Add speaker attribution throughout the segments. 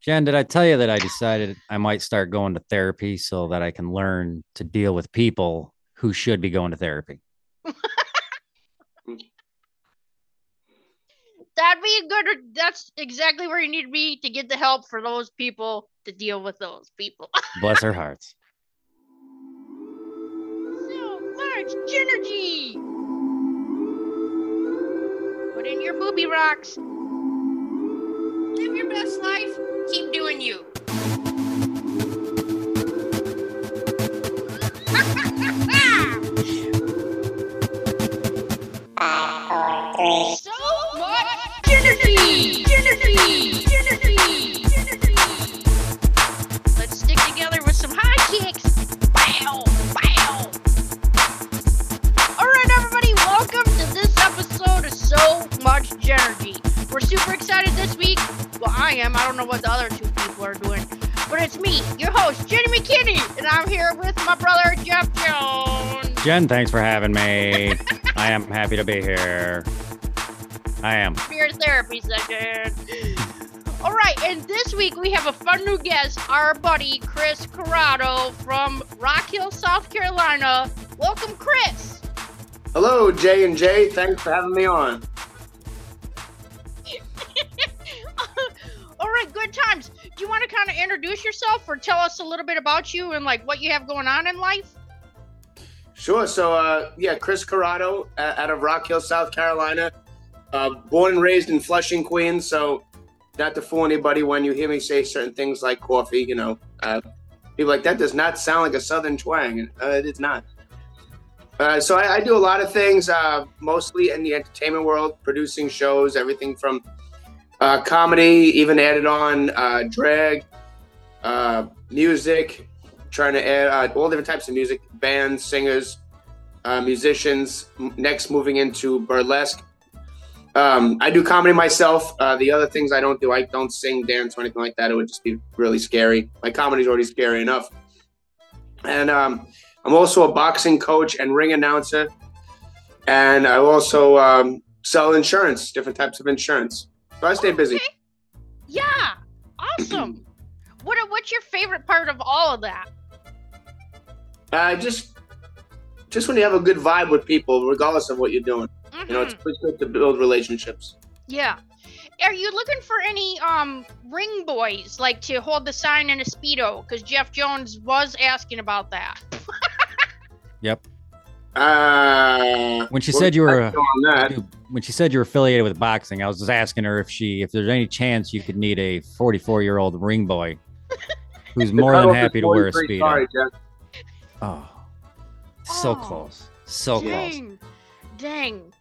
Speaker 1: Jen, did I tell you that I decided I might start going to therapy so that I can learn to deal with people who should be going to therapy?
Speaker 2: That'd be a good. That's exactly where you need to be to get the help for those people to deal with those people.
Speaker 1: Bless her hearts.
Speaker 2: so much energy. Put in your booby rocks.
Speaker 3: Live your best life. Keep doing you.
Speaker 2: So much energy. Energy. Energy. Energy. Let's stick together with some high kicks. Wow. Wow. All right, everybody. Welcome to this episode of So Much Energy. We're super excited this week. Well, I am. I don't know what the other two people are doing. But it's me, your host, Jenny McKinney, and I'm here with my brother, Jeff Jones.
Speaker 1: Jen, thanks for having me. I am happy to be here. I am.
Speaker 2: Beer therapy session. All right, and this week we have a fun new guest, our buddy Chris Corrado from Rock Hill, South Carolina. Welcome, Chris.
Speaker 4: Hello, J and J. Thanks for having me on.
Speaker 2: All right, good times. Do you want to kind of introduce yourself or tell us a little bit about you and like what you have going on in life?
Speaker 4: Sure. So, uh, yeah, Chris Corrado uh, out of Rock Hill, South Carolina. Uh, born and raised in Flushing, Queens. So, not to fool anybody, when you hear me say certain things like coffee, you know, uh, people are like that does not sound like a Southern twang. Uh, it is not. Uh, so, I, I do a lot of things, uh, mostly in the entertainment world, producing shows, everything from uh, comedy, even added on uh, drag, uh, music, trying to add uh, all different types of music, bands, singers, uh, musicians. M- Next, moving into burlesque. Um, I do comedy myself. Uh, the other things I don't do, I don't sing, dance, or anything like that. It would just be really scary. My comedy's already scary enough. And um, I'm also a boxing coach and ring announcer. And I also um, sell insurance, different types of insurance. So I stay busy.
Speaker 2: Okay. Yeah, awesome. what what's your favorite part of all of that?
Speaker 4: Uh, just, just when you have a good vibe with people, regardless of what you're doing. You know,
Speaker 2: Mhm.
Speaker 1: Mm.
Speaker 4: it's it's good to build relationships.
Speaker 2: Yeah. Are you looking for any um ring boys like to hold the sign in a speedo? Because Jeff Jones was asking about that.
Speaker 1: Yep.
Speaker 4: Uh,
Speaker 1: When she
Speaker 4: we'll
Speaker 1: said you were,
Speaker 4: go on that.
Speaker 1: uh, when she said you're affiliated with boxing, I was just asking her if she, if there's any chance you could need a 44 year old ring boy who's more
Speaker 4: Cut
Speaker 1: than
Speaker 4: off
Speaker 1: happy
Speaker 4: at
Speaker 1: to wear a
Speaker 4: 43.
Speaker 1: speedo.
Speaker 4: Sorry, Jeff.
Speaker 1: Oh, so
Speaker 2: Oh.
Speaker 1: close. So close.
Speaker 2: Dang. Dang.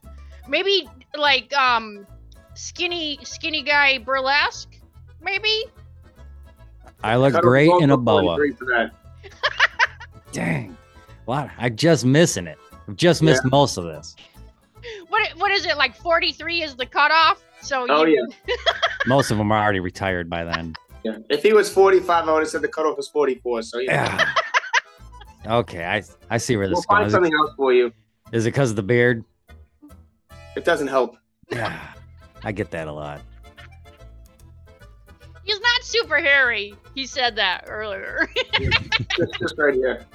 Speaker 2: Maybe like um skinny skinny guy burlesque? Maybe?
Speaker 1: I look
Speaker 4: Cut off
Speaker 1: great
Speaker 4: both
Speaker 1: in a
Speaker 4: at
Speaker 1: boa.
Speaker 4: 43 for that.
Speaker 1: Dang. Wow. I'm just missing it. I've just missed most of this.
Speaker 2: What what is it like 43 is the cutoff? So
Speaker 4: Oh
Speaker 2: you,
Speaker 4: yeah.
Speaker 1: Most of them are already retired by then.
Speaker 4: yeah. If he was 45, I would have said the cutoff was 44. So yeah.
Speaker 1: Yeah. okay. I, I see where this
Speaker 4: We'll
Speaker 1: is going.
Speaker 4: find
Speaker 1: Is it,
Speaker 4: something else for you.
Speaker 1: is it because of the beard?
Speaker 4: It doesn't help.
Speaker 1: Yeah. I get that a lot.
Speaker 2: he's not super hairy. He said that earlier.
Speaker 4: It's just right here.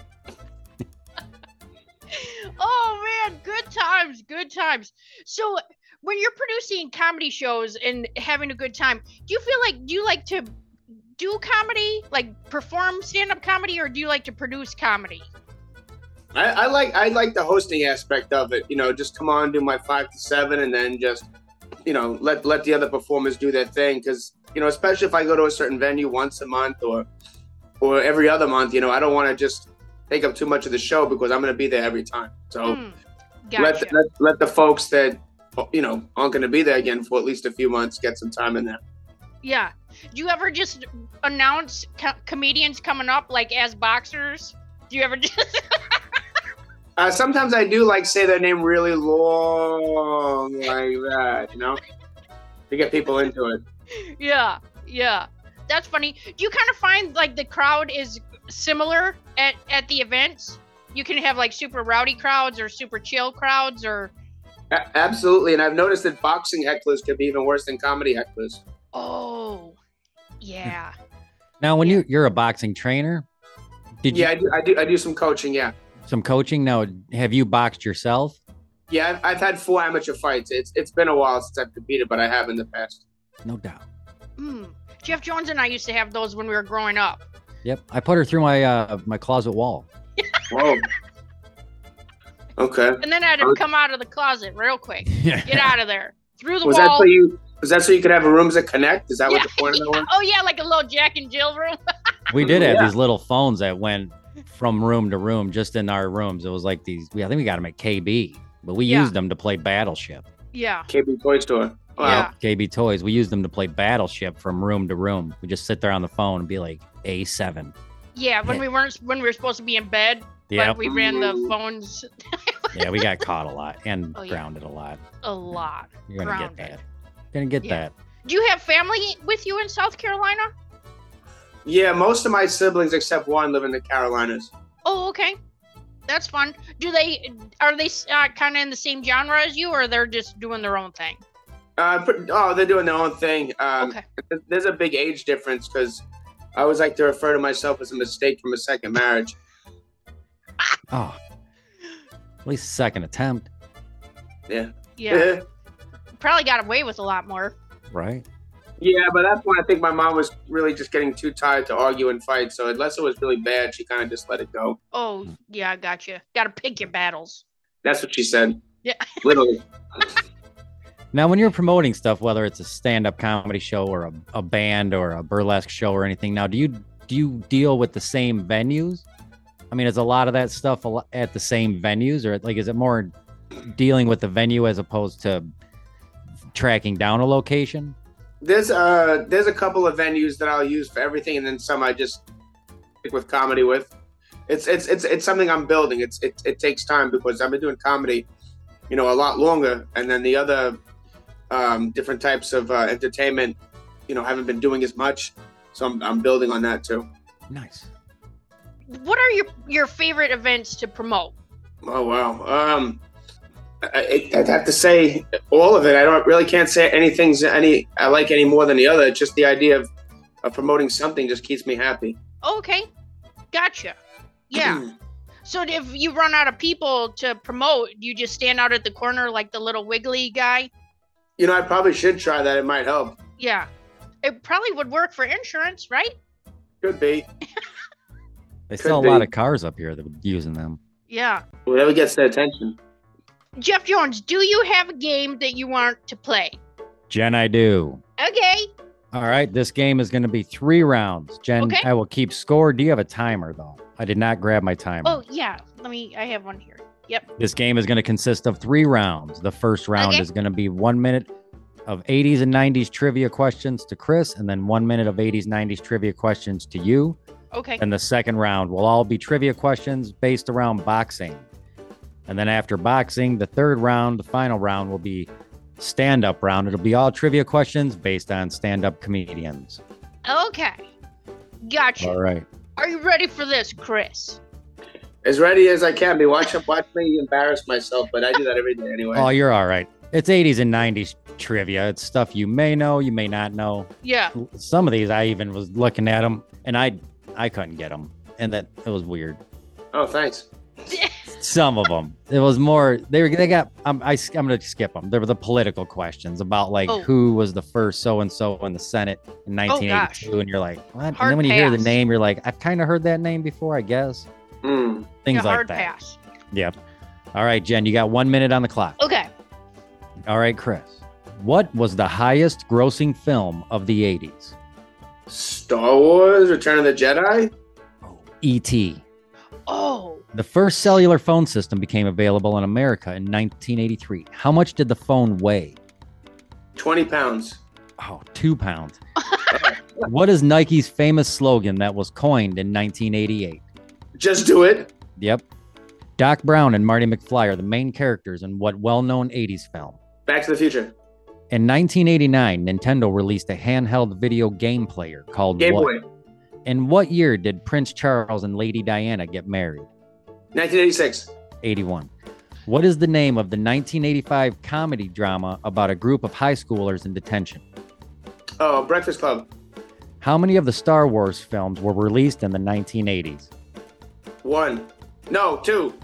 Speaker 2: oh man, good times, good times. So when you're producing comedy shows and having a good time, do you feel like do you like to do comedy, like perform stand-up comedy, or do you like to produce comedy?
Speaker 4: I, I like I like the hosting aspect of it. You know, just come on, do my five to seven, and then just you know let let the other performers do their thing. Because you know, especially if I go to a certain venue once a month or or every other month, you know, I don't want to just take up too much of the show because I'm going to be there every time. So
Speaker 2: Hmm,
Speaker 4: let,
Speaker 2: gotcha.
Speaker 4: the- let let the folks that you know aren't going to be there again for at least a few months get some time in there.
Speaker 2: yeah. Do you ever just announce co- comedians coming up like as boxers? Do you ever just?
Speaker 4: Uh, sometimes I do like say their name really long like that, you know, to get people into it.
Speaker 2: yeah, yeah. That's funny. Do you kind of find like the crowd is similar at at the events? You can have like super rowdy crowds or super chill crowds or
Speaker 4: A- absolutely, and I've noticed that boxing hecklers could be even worse than comedy hecklers.
Speaker 2: oh, Yeah.
Speaker 1: Now, when
Speaker 2: Yeah.
Speaker 1: you you're a boxing trainer, did you
Speaker 4: yeah, I do, I do. I do some coaching. Yeah,
Speaker 1: some coaching? Now, have you boxed yourself?
Speaker 4: yeah. I've, I've had four amateur fights. It's it's been a while since I've competed, but I have in the past.
Speaker 1: No doubt.
Speaker 2: Mm. Jeff Jones and I used to have those when we were growing up.
Speaker 1: Yep, I put her through my uh, my closet wall.
Speaker 4: Whoa. okay.
Speaker 2: And then I'd have come out of the closet real quick.
Speaker 1: Yeah.
Speaker 2: Get out of there. Through the
Speaker 4: Was that
Speaker 2: wall.
Speaker 4: so you? Was that so you could have rooms that connect? Is that what the point of that was?
Speaker 2: oh yeah, like a little Jack and Jill room.
Speaker 1: We did have
Speaker 4: Yeah.
Speaker 1: these little phones that went from room to room, just in our rooms. It was like these. We, I think we got them at KB, but we
Speaker 2: Yeah.
Speaker 1: used them to play Battleship.
Speaker 2: yeah.
Speaker 4: KB Toy Store. Wow.
Speaker 1: KB Toys. We used them to play Battleship from room to room. We just sit there on the phone and be like A seven.
Speaker 2: Yeah, when
Speaker 1: Yeah.
Speaker 2: we weren't when we were supposed to be in bed,
Speaker 1: Yep.
Speaker 2: but we ran the
Speaker 4: Ooh.
Speaker 2: phones
Speaker 1: yeah, we got caught a lot and
Speaker 2: Oh, yeah.
Speaker 1: grounded a lot.
Speaker 2: a lot.
Speaker 1: You're gonna get
Speaker 2: Grounded.
Speaker 1: that. Gonna get
Speaker 2: Yeah.
Speaker 1: that.
Speaker 2: Do you have family with you in South Carolina?
Speaker 4: Yeah, most of my siblings except one live in the Carolinas.
Speaker 2: Oh, okay. That's fun. Do they are they uh, kind of in the same genre as you, or they're just doing their own thing?
Speaker 4: Uh, pr- oh, they're doing their own thing. Um,
Speaker 2: okay.
Speaker 4: th- There's a big age difference because I always like to refer to myself as a mistake from a second marriage.
Speaker 1: Oh, at least second attempt,
Speaker 2: Yeah. Probably got away with a lot more.
Speaker 1: right?
Speaker 4: Yeah, but that's when I think my mom was really just getting too tired to argue and fight. So unless it was really bad, she kind of just let it go.
Speaker 2: Oh, yeah, I gotcha. Got to pick your battles.
Speaker 4: That's what she said.
Speaker 2: Yeah.
Speaker 4: Literally.
Speaker 1: Now, when you're promoting stuff, whether it's a stand-up comedy show or a, a band or a burlesque show or anything, now do you do you deal with the same venues? I mean, is a lot of that stuff a lo- at the same venues, or like is it more dealing with the venue as opposed to tracking down a location?
Speaker 4: There's uh there's a couple of venues that I'll use for everything, and then some I just stick with comedy with. It's it's it's it's something I'm building. It's it it takes time because I've been doing comedy, you know, a lot longer, and then the other um, different types of uh, entertainment, you know, haven't been doing as much. So I'm I'm building on that too.
Speaker 1: Nice.
Speaker 2: What are your your favorite events to promote?
Speaker 4: Oh wow. Um, I, I- I'd have to say all of it. I don't really can't say anything's any I like any more than the other. It's just the idea of, of promoting something just keeps me happy.
Speaker 2: Oh, Okay, gotcha.
Speaker 4: Hmm.
Speaker 2: Yeah. so if you run out of people to promote, you just stand out at the corner like the little wiggly guy.
Speaker 4: You know, I probably should try that. It might help.
Speaker 2: Yeah. It probably would work for insurance, right?
Speaker 4: Could be.
Speaker 1: They
Speaker 4: Could
Speaker 1: sell a lot
Speaker 4: be.
Speaker 1: of cars up here that were using them.
Speaker 2: Yeah.
Speaker 4: Whatever gets their attention.
Speaker 2: Jeff Jones, do you have a game that you want to play?
Speaker 1: Jen, I do.
Speaker 2: Okay.
Speaker 1: All right, this game is going to be three rounds. Jen,
Speaker 2: Okay.
Speaker 1: I will keep score. Do you have a timer though? I did not grab my timer.
Speaker 2: Oh yeah. Let me. I have one here. Yep.
Speaker 1: This game is going to consist of three rounds. The first round
Speaker 2: Okay.
Speaker 1: is going to be one minute of 80s and 90s trivia questions to Chris, and then one minute of 80s, 90s trivia questions to you.
Speaker 2: Okay.
Speaker 1: And the second round will all be trivia questions based around boxing. And then after boxing, the third round, the final round, will be stand up round. It'll be all trivia questions based on stand up comedians.
Speaker 2: Okay. Gotcha.
Speaker 1: All right.
Speaker 2: Are you ready for this, Chris?
Speaker 4: As ready as I can be. Watch watch me embarrass myself, but I do that every day anyway.
Speaker 1: Oh, you're all right. It's 80s and 90s trivia. It's stuff you may know, you may not know.
Speaker 2: Yeah.
Speaker 1: some of these I even was looking at them and I I couldn't get them and that it was weird.
Speaker 4: Oh, thanks.
Speaker 1: Some of them it was more they were they got I'm I, am gonna skip them. There were the political questions about like
Speaker 2: Oh.
Speaker 1: who was the first so and so in the Senate in
Speaker 2: gosh.
Speaker 1: 1982, and you're like what? and
Speaker 2: Hard
Speaker 1: then when you hear the
Speaker 2: pass.
Speaker 1: name, you're like I've kind of heard that name before, I guess.
Speaker 4: Hmm.
Speaker 1: Things
Speaker 2: yeah,
Speaker 1: like
Speaker 2: hard
Speaker 1: that.
Speaker 2: pass.
Speaker 1: All right, Jen, you got one minute on the clock.
Speaker 2: Okay.
Speaker 1: All right, Chris, what was the highest grossing film of the 80s?
Speaker 4: Star Wars, Return of the Jedi?
Speaker 1: E.T.
Speaker 2: Oh.
Speaker 1: The first cellular phone system became available in America in 1983. How much did the phone weigh?
Speaker 4: 20 pounds.
Speaker 1: Oh, two pounds. what is Nike's famous slogan that was coined in 1988?
Speaker 4: Just do it.
Speaker 1: Yep. Doc Brown and Marty McFly are the main characters in what well known 80s film?
Speaker 4: Back to the future.
Speaker 1: In 1989, Nintendo released a handheld video game player called
Speaker 4: Game
Speaker 1: what?
Speaker 4: Boy.
Speaker 1: In what year did Prince Charles and Lady Diana get married?
Speaker 4: 1986.
Speaker 1: 81. What is the name of the 1985 comedy drama about a group of high schoolers in detention?
Speaker 4: Oh, Breakfast Club.
Speaker 1: How many of the Star Wars films were released in the 1980s?
Speaker 4: One. No, two.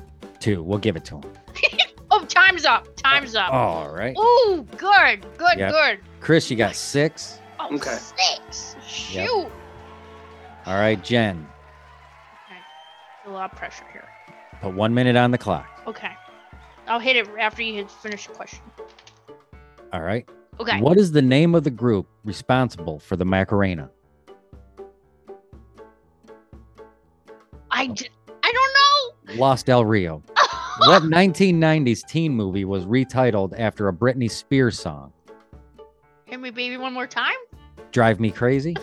Speaker 1: Two. We'll give it to him.
Speaker 2: Oh, time's up. Time's up.
Speaker 1: All right.
Speaker 2: Ooh, good. Good,
Speaker 1: Oh. Yep.
Speaker 2: good.
Speaker 1: Chris, you got six.
Speaker 2: Oh,
Speaker 4: Okay.
Speaker 2: six. Shoot.
Speaker 1: Yep. All right, Jen,
Speaker 2: A lot of pressure here.
Speaker 1: put one minute on the clock.
Speaker 2: Okay. I'll hit it after you had finished the question.
Speaker 1: All right.
Speaker 2: Okay.
Speaker 1: What is the name of the group responsible for the Macarena?
Speaker 2: I, d- I
Speaker 1: Lost Del Rio.
Speaker 2: don't know.
Speaker 1: What 1990s teen movie was retitled after a Britney Spears song?
Speaker 2: Hit me, baby, one more time.
Speaker 1: Drive Me Crazy?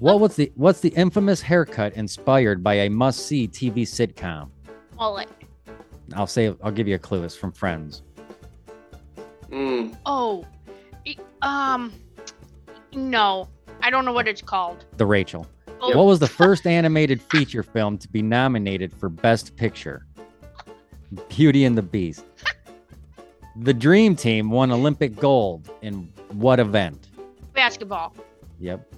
Speaker 1: What was the what's the infamous haircut inspired by a must-see TV sitcom?
Speaker 2: Mullet.
Speaker 1: I'll say I'll give you a clue. It's from Friends.
Speaker 4: Mm.
Speaker 2: Oh. E- Um. No. I don't know what it's called.
Speaker 1: The Rachel.
Speaker 2: Oh.
Speaker 1: What was the first animated feature film to be nominated for Best Picture? Beauty and the Beast. The Dream Team won Olympic gold in what event?
Speaker 2: Basketball.
Speaker 1: Yep.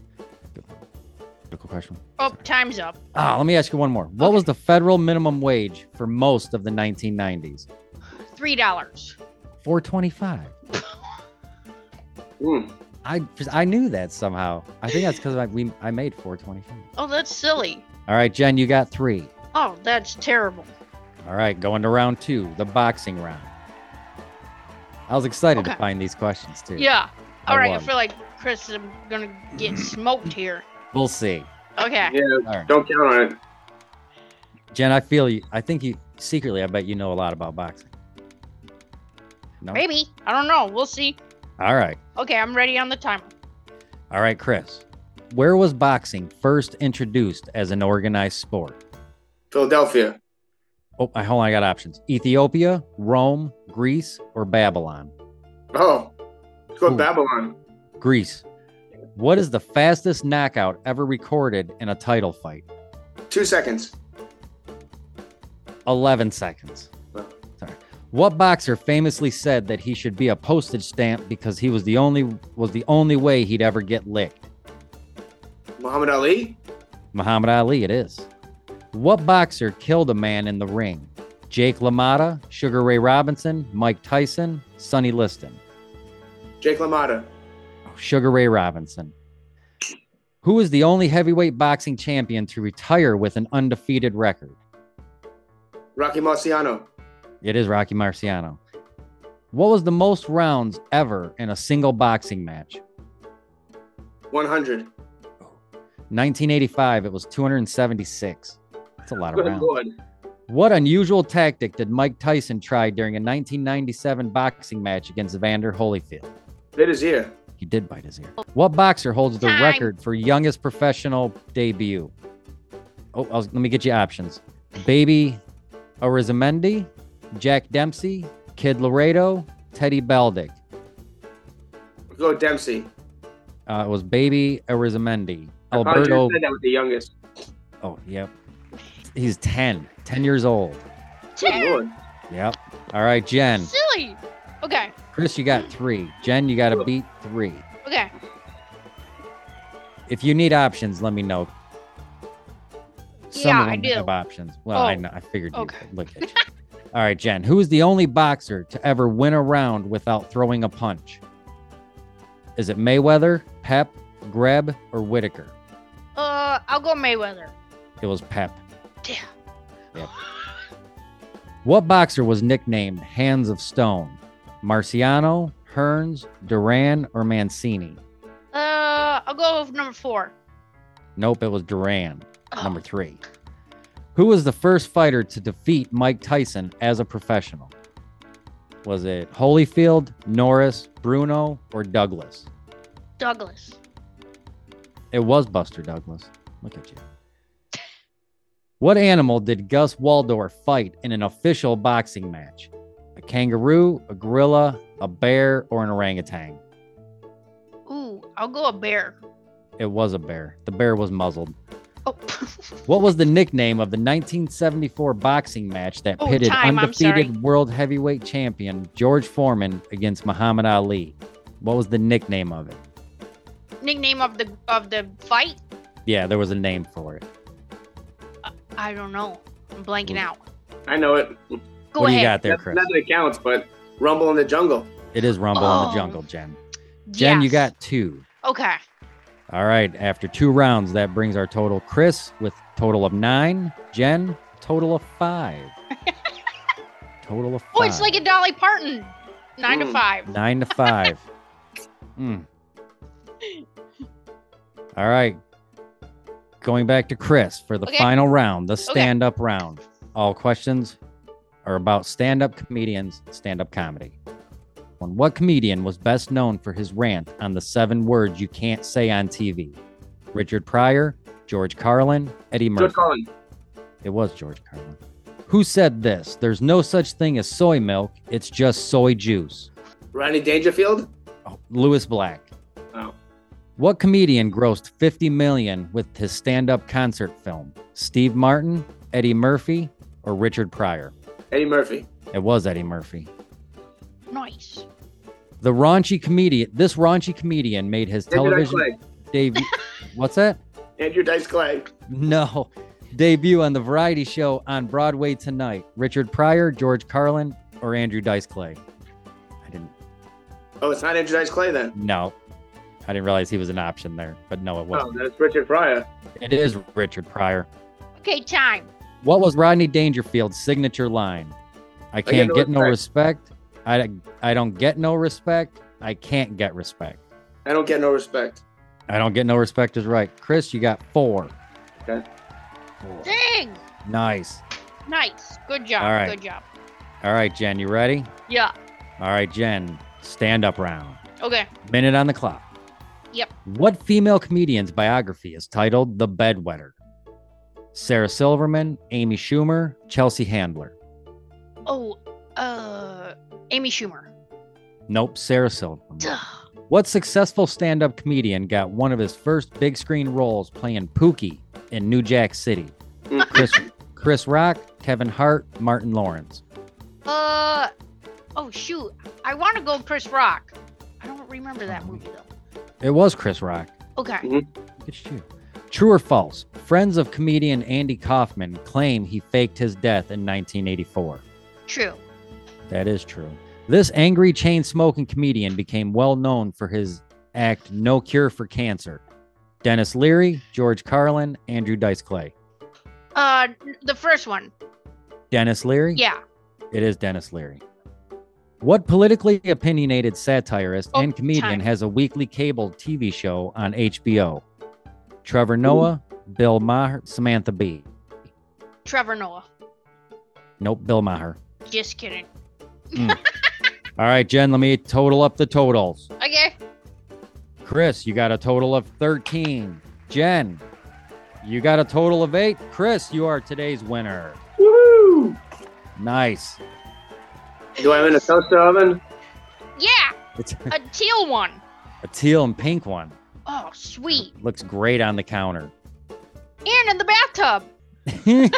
Speaker 1: Difficult question.
Speaker 2: Oh, time's up.
Speaker 1: Ah, let me ask you one more. What was the federal minimum wage for most of the 1990s?
Speaker 2: Three dollars.
Speaker 1: 425.
Speaker 4: Mm.
Speaker 1: I I knew that somehow. I think that's because I we I made 425.
Speaker 2: Oh, that's silly.
Speaker 1: All right, Jen, you got three.
Speaker 2: Oh, that's terrible.
Speaker 1: All right, going to round two, the boxing round. I was excited to
Speaker 2: Okay.
Speaker 1: find these questions too.
Speaker 2: Yeah.
Speaker 1: Hmm. I
Speaker 2: All right. I
Speaker 1: won.
Speaker 2: feel like Chris is gonna get smoked here.
Speaker 1: We'll see.
Speaker 2: Okay.
Speaker 4: Yeah,
Speaker 1: All right.
Speaker 4: don't count on it.
Speaker 1: Jen, I feel you. I think you secretly, I bet you know a lot about boxing. No?
Speaker 2: Maybe. I don't know. We'll see.
Speaker 1: All right.
Speaker 2: Okay, I'm ready on the timer.
Speaker 1: All right, Chris. Where was boxing first introduced as an organized sport?
Speaker 4: Philadelphia.
Speaker 1: Oh, I hold on. I got options Ethiopia, Rome, Greece, or Babylon?
Speaker 4: Oh, let's go
Speaker 1: Ooh.
Speaker 4: to Babylon.
Speaker 1: Greece. What is the fastest knockout ever recorded in a title fight?
Speaker 4: Two seconds.
Speaker 1: 11 seconds.
Speaker 4: Wow.
Speaker 1: Sorry. What boxer famously said that he should be a postage stamp because he was the only was the only way he'd ever get licked?
Speaker 4: Muhammad Ali.
Speaker 1: Muhammad Ali it is. What boxer killed a man in the ring? Jake LaMotta, Sugar Ray Robinson, Mike Tyson, Sonny Liston.
Speaker 4: Jake LaMotta.
Speaker 1: Sugar Ray Robinson. Who is the only heavyweight boxing champion to retire with an undefeated record?
Speaker 4: Rocky Marciano.
Speaker 1: It is Rocky Marciano. What was the most rounds ever in a single boxing match?
Speaker 4: 100.
Speaker 1: 1985, it was 276. That's a lot of
Speaker 4: Good
Speaker 1: rounds.
Speaker 4: Lord.
Speaker 1: What unusual tactic did Mike Tyson try during a 1997 boxing match against Vander Holyfield?
Speaker 4: It is here.
Speaker 1: He did bite his ear. What boxer holds the
Speaker 2: Time.
Speaker 1: record for youngest professional debut? Oh, I was- let me get you options. Baby Arizamendi, Jack Dempsey, Kid Laredo, Teddy Beldick.
Speaker 4: Let's go with Dempsey.
Speaker 1: Uh, it was Baby Arizamendi.
Speaker 4: I probably should've
Speaker 1: Alberto.
Speaker 4: said that with the youngest.
Speaker 1: Oh, yep. He's 10, 10 years old.
Speaker 4: Good
Speaker 2: Terrible.
Speaker 4: Lord.
Speaker 1: Yep. All right, Jen.
Speaker 2: Silly. Okay.
Speaker 1: Chris, you got three. Jen, you got to beat three.
Speaker 2: Okay.
Speaker 1: If you need options, let me know. Some
Speaker 2: Yeah,
Speaker 1: of
Speaker 2: I
Speaker 1: them have
Speaker 2: do.
Speaker 1: options. Well, I
Speaker 2: Oh,
Speaker 1: know. I figured you
Speaker 2: okay.
Speaker 1: would. look at you. All right, Jen. Who is the only boxer to ever win a round without throwing a punch? Is it Mayweather, Pep, Greb, or Whitaker?
Speaker 2: Uh, I'll go Mayweather.
Speaker 1: It was Pep.
Speaker 2: Yeah.
Speaker 1: Yep. What boxer was nicknamed Hands of Stone? Marciano, Hearns, Duran, or Mancini?
Speaker 2: Uh, I'll go with number four.
Speaker 1: Nope, it was Duran,
Speaker 2: Oh,
Speaker 1: number three. Who was the first fighter to defeat Mike Tyson as a professional? Was it Holyfield, Norris, Bruno, or Douglas?
Speaker 2: Oh, Douglas.
Speaker 1: It was Buster Douglas. Look at you. What animal did Gus Waldorf fight in an official boxing match? A kangaroo, a gorilla, a bear, or an orangutan?
Speaker 2: Ooh, I'll go a bear.
Speaker 1: It was a bear. The bear was muzzled.
Speaker 2: Oh,
Speaker 1: What was the nickname of the 1974 boxing match that
Speaker 2: Oh,
Speaker 1: pitted
Speaker 2: time, I'm sorry.
Speaker 1: undefeated world heavyweight champion George Foreman against Muhammad Ali? What was the nickname of it?
Speaker 2: nickname of the of the fight?
Speaker 1: Yeah, there was a name for it.
Speaker 2: I don't know. I'm blanking out.
Speaker 4: I know it.
Speaker 2: Go
Speaker 1: what do
Speaker 2: ahead.
Speaker 1: you got there,
Speaker 4: Not
Speaker 1: Chris?
Speaker 4: that it counts, but Rumble in the Jungle.
Speaker 1: It is Rumble in
Speaker 2: Oh.
Speaker 1: the Jungle, Jen. Jen, you
Speaker 2: Yes.
Speaker 1: got two.
Speaker 2: Okay.
Speaker 1: All right. After two rounds, that brings our total. Chris with total of nine. Jen, total of five. total of five.
Speaker 2: Oh, it's like a Dolly Parton. Nine to
Speaker 4: Mm.
Speaker 2: five.
Speaker 1: nine to five. Hmm. All right. Going back to Chris for the
Speaker 2: Okay.
Speaker 1: final round, the
Speaker 2: Okay.
Speaker 1: stand up round. All questions are about stand up comedians, stand up comedy. On what comedian was best known for his rant on the seven words you can't say on TV? Richard Pryor, George Carlin, Eddie Murphy.
Speaker 4: Good calling.
Speaker 1: It was George Carlin. Who said this? There's no such thing as soy milk, it's just soy juice.
Speaker 4: Ronnie Dangerfield.
Speaker 1: Oh, Lewis Black.
Speaker 4: Oh.
Speaker 1: What comedian grossed 50 million with his stand-up concert film? Steve Martin, Eddie Murphy, or Richard Pryor?
Speaker 4: Eddie Murphy.
Speaker 1: It was Eddie Murphy.
Speaker 2: Nice.
Speaker 1: The raunchy comedian, this raunchy comedian made his
Speaker 4: Andrew Dice
Speaker 1: television
Speaker 4: Clay.
Speaker 1: debut. What's that?
Speaker 4: Andrew Dice Clay.
Speaker 1: No. Debut on the variety show on Broadway tonight. Richard Pryor, George Carlin, or Andrew Dice Clay? I didn't
Speaker 4: Oh, it's not Andrew Dice Clay then.
Speaker 1: no. I didn't realize he was an option there, but no, it
Speaker 4: Oh,
Speaker 1: wasn't.
Speaker 4: that's Richard Pryor.
Speaker 1: It is Richard Pryor.
Speaker 2: Okay, time.
Speaker 1: What was Rodney Dangerfield's signature line? I can't
Speaker 4: Oh, no
Speaker 1: get no respect. I I don't get no respect. I can't get respect.
Speaker 4: I don't get no respect.
Speaker 1: I don't get no respect is right. Chris, you got four.
Speaker 4: Okay.
Speaker 1: Four.
Speaker 2: Dang.
Speaker 1: Nice.
Speaker 2: Nice. Good job.
Speaker 1: All right.
Speaker 2: Good job.
Speaker 1: All right, Jen, you ready?
Speaker 2: Yeah.
Speaker 1: All right, Jen, stand up round.
Speaker 2: Okay.
Speaker 1: Minute on the clock.
Speaker 2: Yep.
Speaker 1: What female comedian's biography is titled The Bedwetter? Sarah Silverman, Amy Schumer, Chelsea Handler.
Speaker 2: Oh, uh, Amy Schumer.
Speaker 1: Nope, Sarah Silverman.
Speaker 2: Duh.
Speaker 1: What successful stand up comedian got one of his first big screen roles playing Pookie in New Jack City?
Speaker 4: Mm.
Speaker 1: Chris, Chris Rock, Kevin Hart, Martin Lawrence.
Speaker 2: Uh, oh shoot. I want to go Chris Rock. I don't remember that movie though.
Speaker 1: It was Chris Rock.
Speaker 2: Okay.
Speaker 1: Look at you. True or false? Friends of comedian Andy Kaufman claim he faked his death in 1984.
Speaker 2: True.
Speaker 1: That is true. This angry chain smoking comedian became well known for his act No Cure for Cancer. Dennis Leary, George Carlin, Andrew Dice Clay.
Speaker 2: Uh, the first one.
Speaker 1: Dennis Leary?
Speaker 2: Yeah.
Speaker 1: It is Dennis Leary. What politically opinionated satirist
Speaker 2: Oh,
Speaker 1: and comedian
Speaker 2: time.
Speaker 1: has a weekly cable TV show on HBO? Trevor Noah, Bill Maher, Samantha Bee.
Speaker 2: Trevor Noah.
Speaker 1: Nope, Bill Maher.
Speaker 2: Just kidding.
Speaker 1: All right, Jen, let me total up the totals.
Speaker 2: Okay.
Speaker 1: Chris, you got a total of 13. Jen, you got a total of eight. Chris, you are today's winner.
Speaker 4: Woo!
Speaker 1: Nice.
Speaker 4: Do I win a toaster oven?
Speaker 2: Yeah.
Speaker 1: It's
Speaker 2: A teal one.
Speaker 1: a teal and pink one.
Speaker 2: Oh, sweet.
Speaker 1: Looks great on the counter.
Speaker 2: And in the bathtub.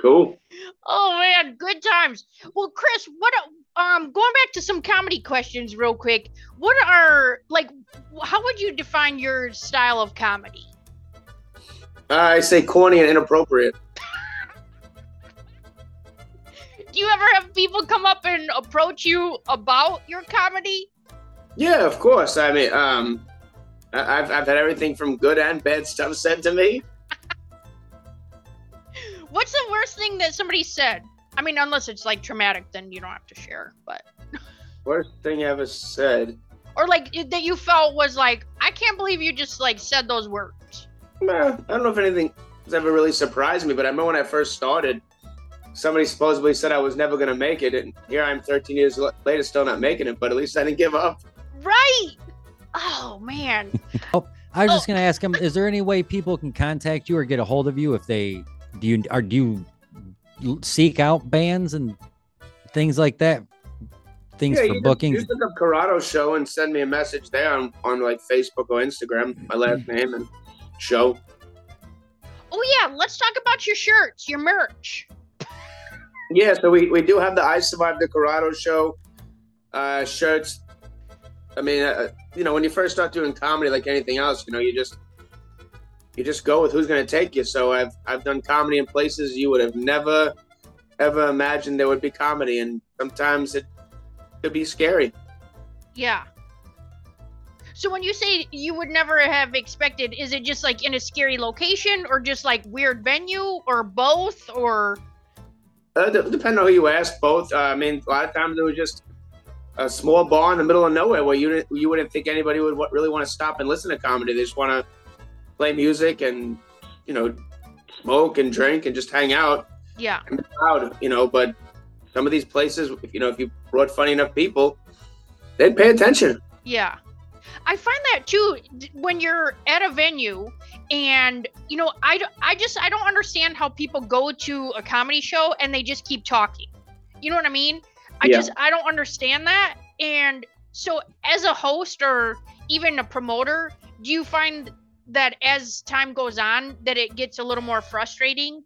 Speaker 4: Cool.
Speaker 2: Oh man, good times. Well, Chris, what um going back to some comedy questions real quick. What are like how would you define your style of comedy?
Speaker 4: I say corny and inappropriate.
Speaker 2: Do you ever have people come up and approach you about your comedy?
Speaker 4: Yeah, of course. I mean, um, I- I've I've had everything from good and bad stuff said to me.
Speaker 2: What's the worst thing that somebody said? I mean, unless it's like traumatic, then you don't have to share. But
Speaker 4: Worst thing ever said.
Speaker 2: or like it- that you felt was like, I can't believe you just like said those words.
Speaker 4: Nah, I don't know if anything has ever really surprised me, but I remember when I first started, somebody supposedly said I was never going to make it, and here I am 13 years l- later still not making it, but at least I didn't give up.
Speaker 2: Right? Oh man.
Speaker 1: I was
Speaker 2: Oh.
Speaker 1: just gonna ask him: Is there any way people can contact you or get a hold of you if they do you or do you l- seek out bands and things like that? Things
Speaker 4: Yeah,
Speaker 1: for
Speaker 4: you just-
Speaker 1: bookings.
Speaker 4: You just look up Corrado Show and send me a message there on, on like Facebook or Instagram, my last
Speaker 1: Hmm.
Speaker 4: name and show.
Speaker 2: Oh yeah, let's talk about your shirts, your merch.
Speaker 4: Yeah, so we, we do have the I Survived the Corrado Show uh, shirts. I mean, uh, you know, when you first start doing comedy, like anything else, you know, you just you just go with who's going to take you. So I've I've done comedy in places you would have never ever imagined there would be comedy, and sometimes it could be scary.
Speaker 2: Yeah. So when you say you would never have expected, is it just like in a scary location, or just like weird venue, or both, or?
Speaker 4: Uh, d- depending on who you ask, both. Uh, I mean, a lot of times it was just a small bar in the middle of nowhere where you didn't, you wouldn't think anybody would wa- really want to stop and listen to comedy. They just want to play music and you know smoke and drink and just hang out
Speaker 2: Yeah.
Speaker 4: and be loud, you know. But some of these places, if- you know, if you brought funny enough people, they'd pay attention.
Speaker 2: Yeah. I find that too d- when you're at a venue and you know I, d- I just I don't understand how people go to a comedy show and they just keep talking. You know what I mean? I
Speaker 4: Yeah.
Speaker 2: just I don't understand that and so as a host or even a promoter, do you find that as time goes on that it gets a little more frustrating?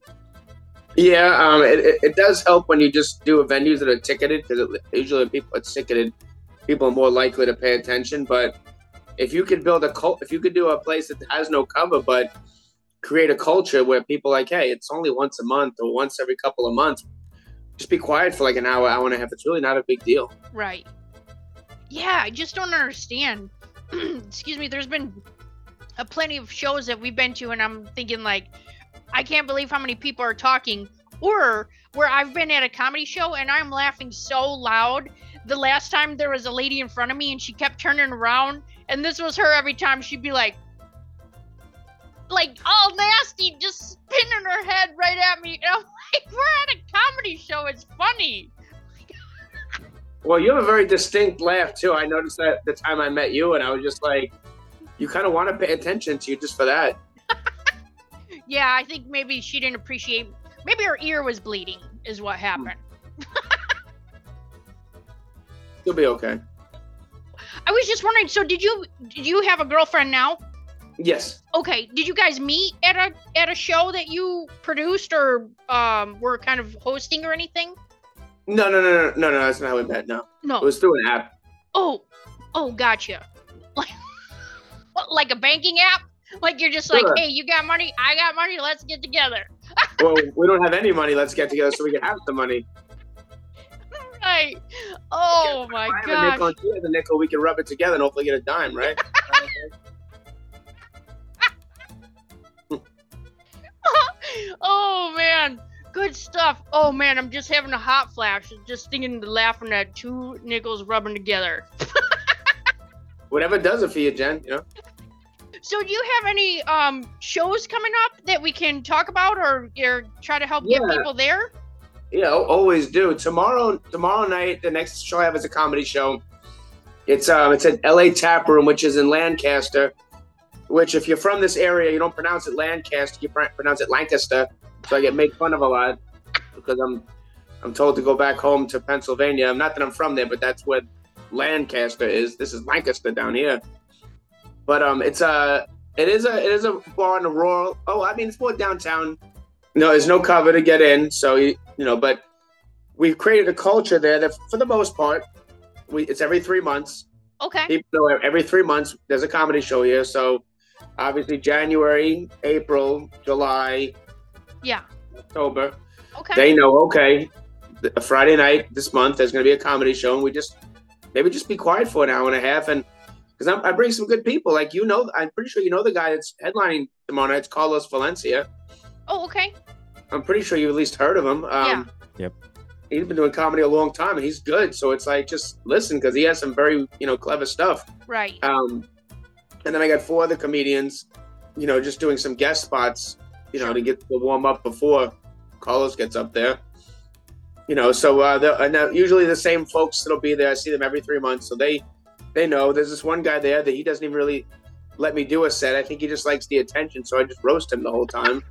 Speaker 4: Yeah, um, it, it, it does help when you just do venues that are ticketed because usually when people it's ticketed, people are more likely to pay attention. But if you could build a cult, if you could do a place that has no cover but create a culture where people like, hey, it's only once a month or once every couple of months, just be quiet for like an hour, hour and a half. It's really not a big deal.
Speaker 2: Right. Yeah, I just don't understand. Excuse me, there's been a plenty of shows that we've been to and I'm thinking like I can't believe how many people are talking or where I've been at a comedy show and I'm laughing so loud. The last time there was a lady in front of me and she kept turning around and this was her every time she'd be like like all nasty just spinning her head right at me and I'm like we're at a comedy show it's funny.
Speaker 4: Well, you have a very distinct laugh too. I noticed that the time I met you, and I was just like, you kind of want to pay attention to you just for that.
Speaker 2: Yeah, I think maybe she didn't appreciate. Maybe her ear was bleeding, is what happened.
Speaker 4: You'll be okay.
Speaker 2: I was just wondering. So, did you did you have a girlfriend now?
Speaker 4: Yes.
Speaker 2: Okay, did you guys meet at a at a show that you produced or um were kind of hosting or anything?
Speaker 4: No, no, no, no, no, no. That's not how we met. No,
Speaker 2: No.
Speaker 4: it was through an app.
Speaker 2: oh, oh, gotcha. Like, what, like a banking app? Like you're just like,
Speaker 4: Sure.
Speaker 2: hey, you got money, I got money, let's get together.
Speaker 4: Well, we don't have any money. Let's get together so we can have the money.
Speaker 2: Right. Oh my
Speaker 4: I have a nickel.
Speaker 2: gosh.
Speaker 4: and She has a nickel. We can rub it together and hopefully get a dime, right?
Speaker 2: oh man, good stuff. Oh man, I'm just having a hot flash. Just thinking, laughing at two nickels rubbing together.
Speaker 4: Whatever does it for you, Jen. You know.
Speaker 2: So, do you have any um shows coming up that we can talk about, or or try to help get
Speaker 4: Yeah.
Speaker 2: people there?
Speaker 4: Yeah, al- always do. Tomorrow, tomorrow night, the next show I have is a comedy show. It's um, it's at L.A. Tap Room, which is in Lancaster. Which, if you're from this area, you don't pronounce it Lancaster. You pr- pronounce it Lancaster. So I get made fun of a lot because I'm I'm told to go back home to Pennsylvania. Not that I'm from there, but that's where Lancaster is. This is Lancaster down here. But um, it's a it is a it is a bar in the rural. Oh, I mean, it's more downtown. No, there's no cover to get in, so you, you know. But we've created a culture there that, for the most part, we it's every three months.
Speaker 2: Okay.
Speaker 4: People know every three months there's a comedy show here. So obviously, January, April, July,
Speaker 2: Yeah.
Speaker 4: October,
Speaker 2: Okay.
Speaker 4: they know. Okay, th- Friday night this month there's going to be a comedy show, and we just maybe just be quiet for an hour and a half, and because I bring some good people, like you know, I'm pretty sure you know the guy that's headlining tomorrow night. It's Carlos Valencia.
Speaker 2: oh, okay.
Speaker 4: I'm pretty sure you at least heard of him. Um,
Speaker 1: Yep.
Speaker 4: He's been doing comedy a long time, and he's good. So it's like just listen because he has some very you know clever stuff.
Speaker 2: Right.
Speaker 4: Um, and then I got four other comedians, you know, just doing some guest spots, you know, to get the warm up before Carlos gets up there. You know, so uh, the- and uh, usually the same folks that'll be there. I see them every three months, so they they know. There's this one guy there that he doesn't even really let me do a set. I think he just likes the attention, so I just roast him the whole time.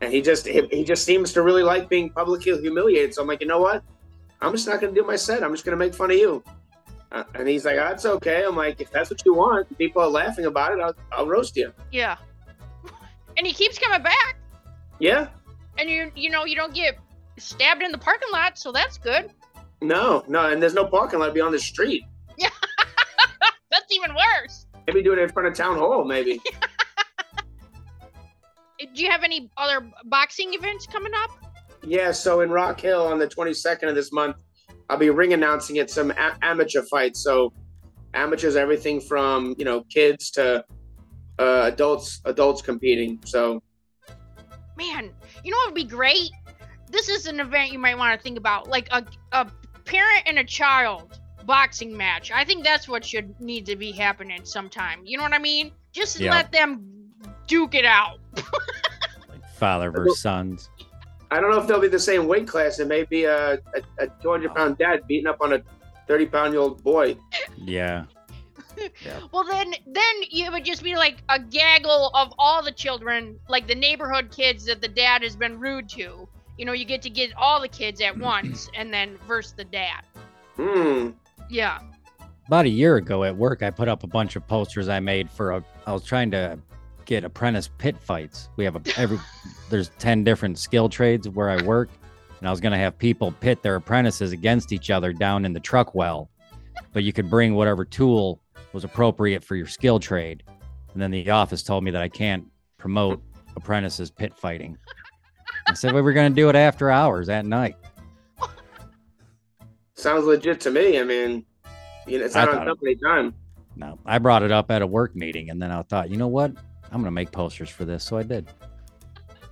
Speaker 4: And he just he, he just seems to really like being publicly humiliated. So I'm like, you know what? I'm just not gonna do my set. I'm just gonna make fun of you. Uh, and he's like, that's okay. I'm like, if that's what you want, people are laughing about it. I'll, I'll roast you.
Speaker 2: Yeah. And he keeps coming back,
Speaker 4: Yeah.
Speaker 2: and you you know you don't get stabbed in the parking lot, so that's good.
Speaker 4: No, no, and there's no parking lot. I'd be on the street.
Speaker 2: Yeah. even worse.
Speaker 4: Maybe do it in front of town hall. Maybe.
Speaker 2: Do you have any other boxing events coming up?
Speaker 4: Yeah, so in Rock Hill on the 22nd of this month, I'll be ring announcing at some a- amateur fights. So amateurs, everything from you know kids to uh, adults, adults competing. So
Speaker 2: Man, you know what would be great? This is an event you might want to think about, like a a parent and a child boxing match. I think that's what should need to be happening sometime. You know what I mean? Just
Speaker 1: Yeah.
Speaker 2: let them duke it out.
Speaker 1: Like father versus sons.
Speaker 4: I don't know if they'll be the same weight class. It may be a a 200 pound dad beating up on a 30 pound year old boy.
Speaker 1: Yeah.
Speaker 2: Well, then, then it would just be like a gaggle of all the children, like the neighborhood kids that the dad has been rude to. You know, you get to get all the kids at once, and then verse the dad.
Speaker 4: Hmm.
Speaker 2: Yeah.
Speaker 1: About a year ago at work, I put up a bunch of posters I made for a. I was trying to get apprentice pit fights. We have a every. there's ten different skill trades where I work, and I was gonna have people pit their apprentices against each other down in the truck well, but you could bring whatever tool was appropriate for your skill trade. And then the office told me that I can't promote apprentices pit fighting. I said we were gonna do it after hours at night.
Speaker 4: Sounds legit to me. I mean, you know, it's
Speaker 1: I
Speaker 4: not on
Speaker 1: thought-
Speaker 4: company time.
Speaker 1: No, I brought it up at a work meeting, and then I thought, you know what? I'm gonna make posters for this, so I did.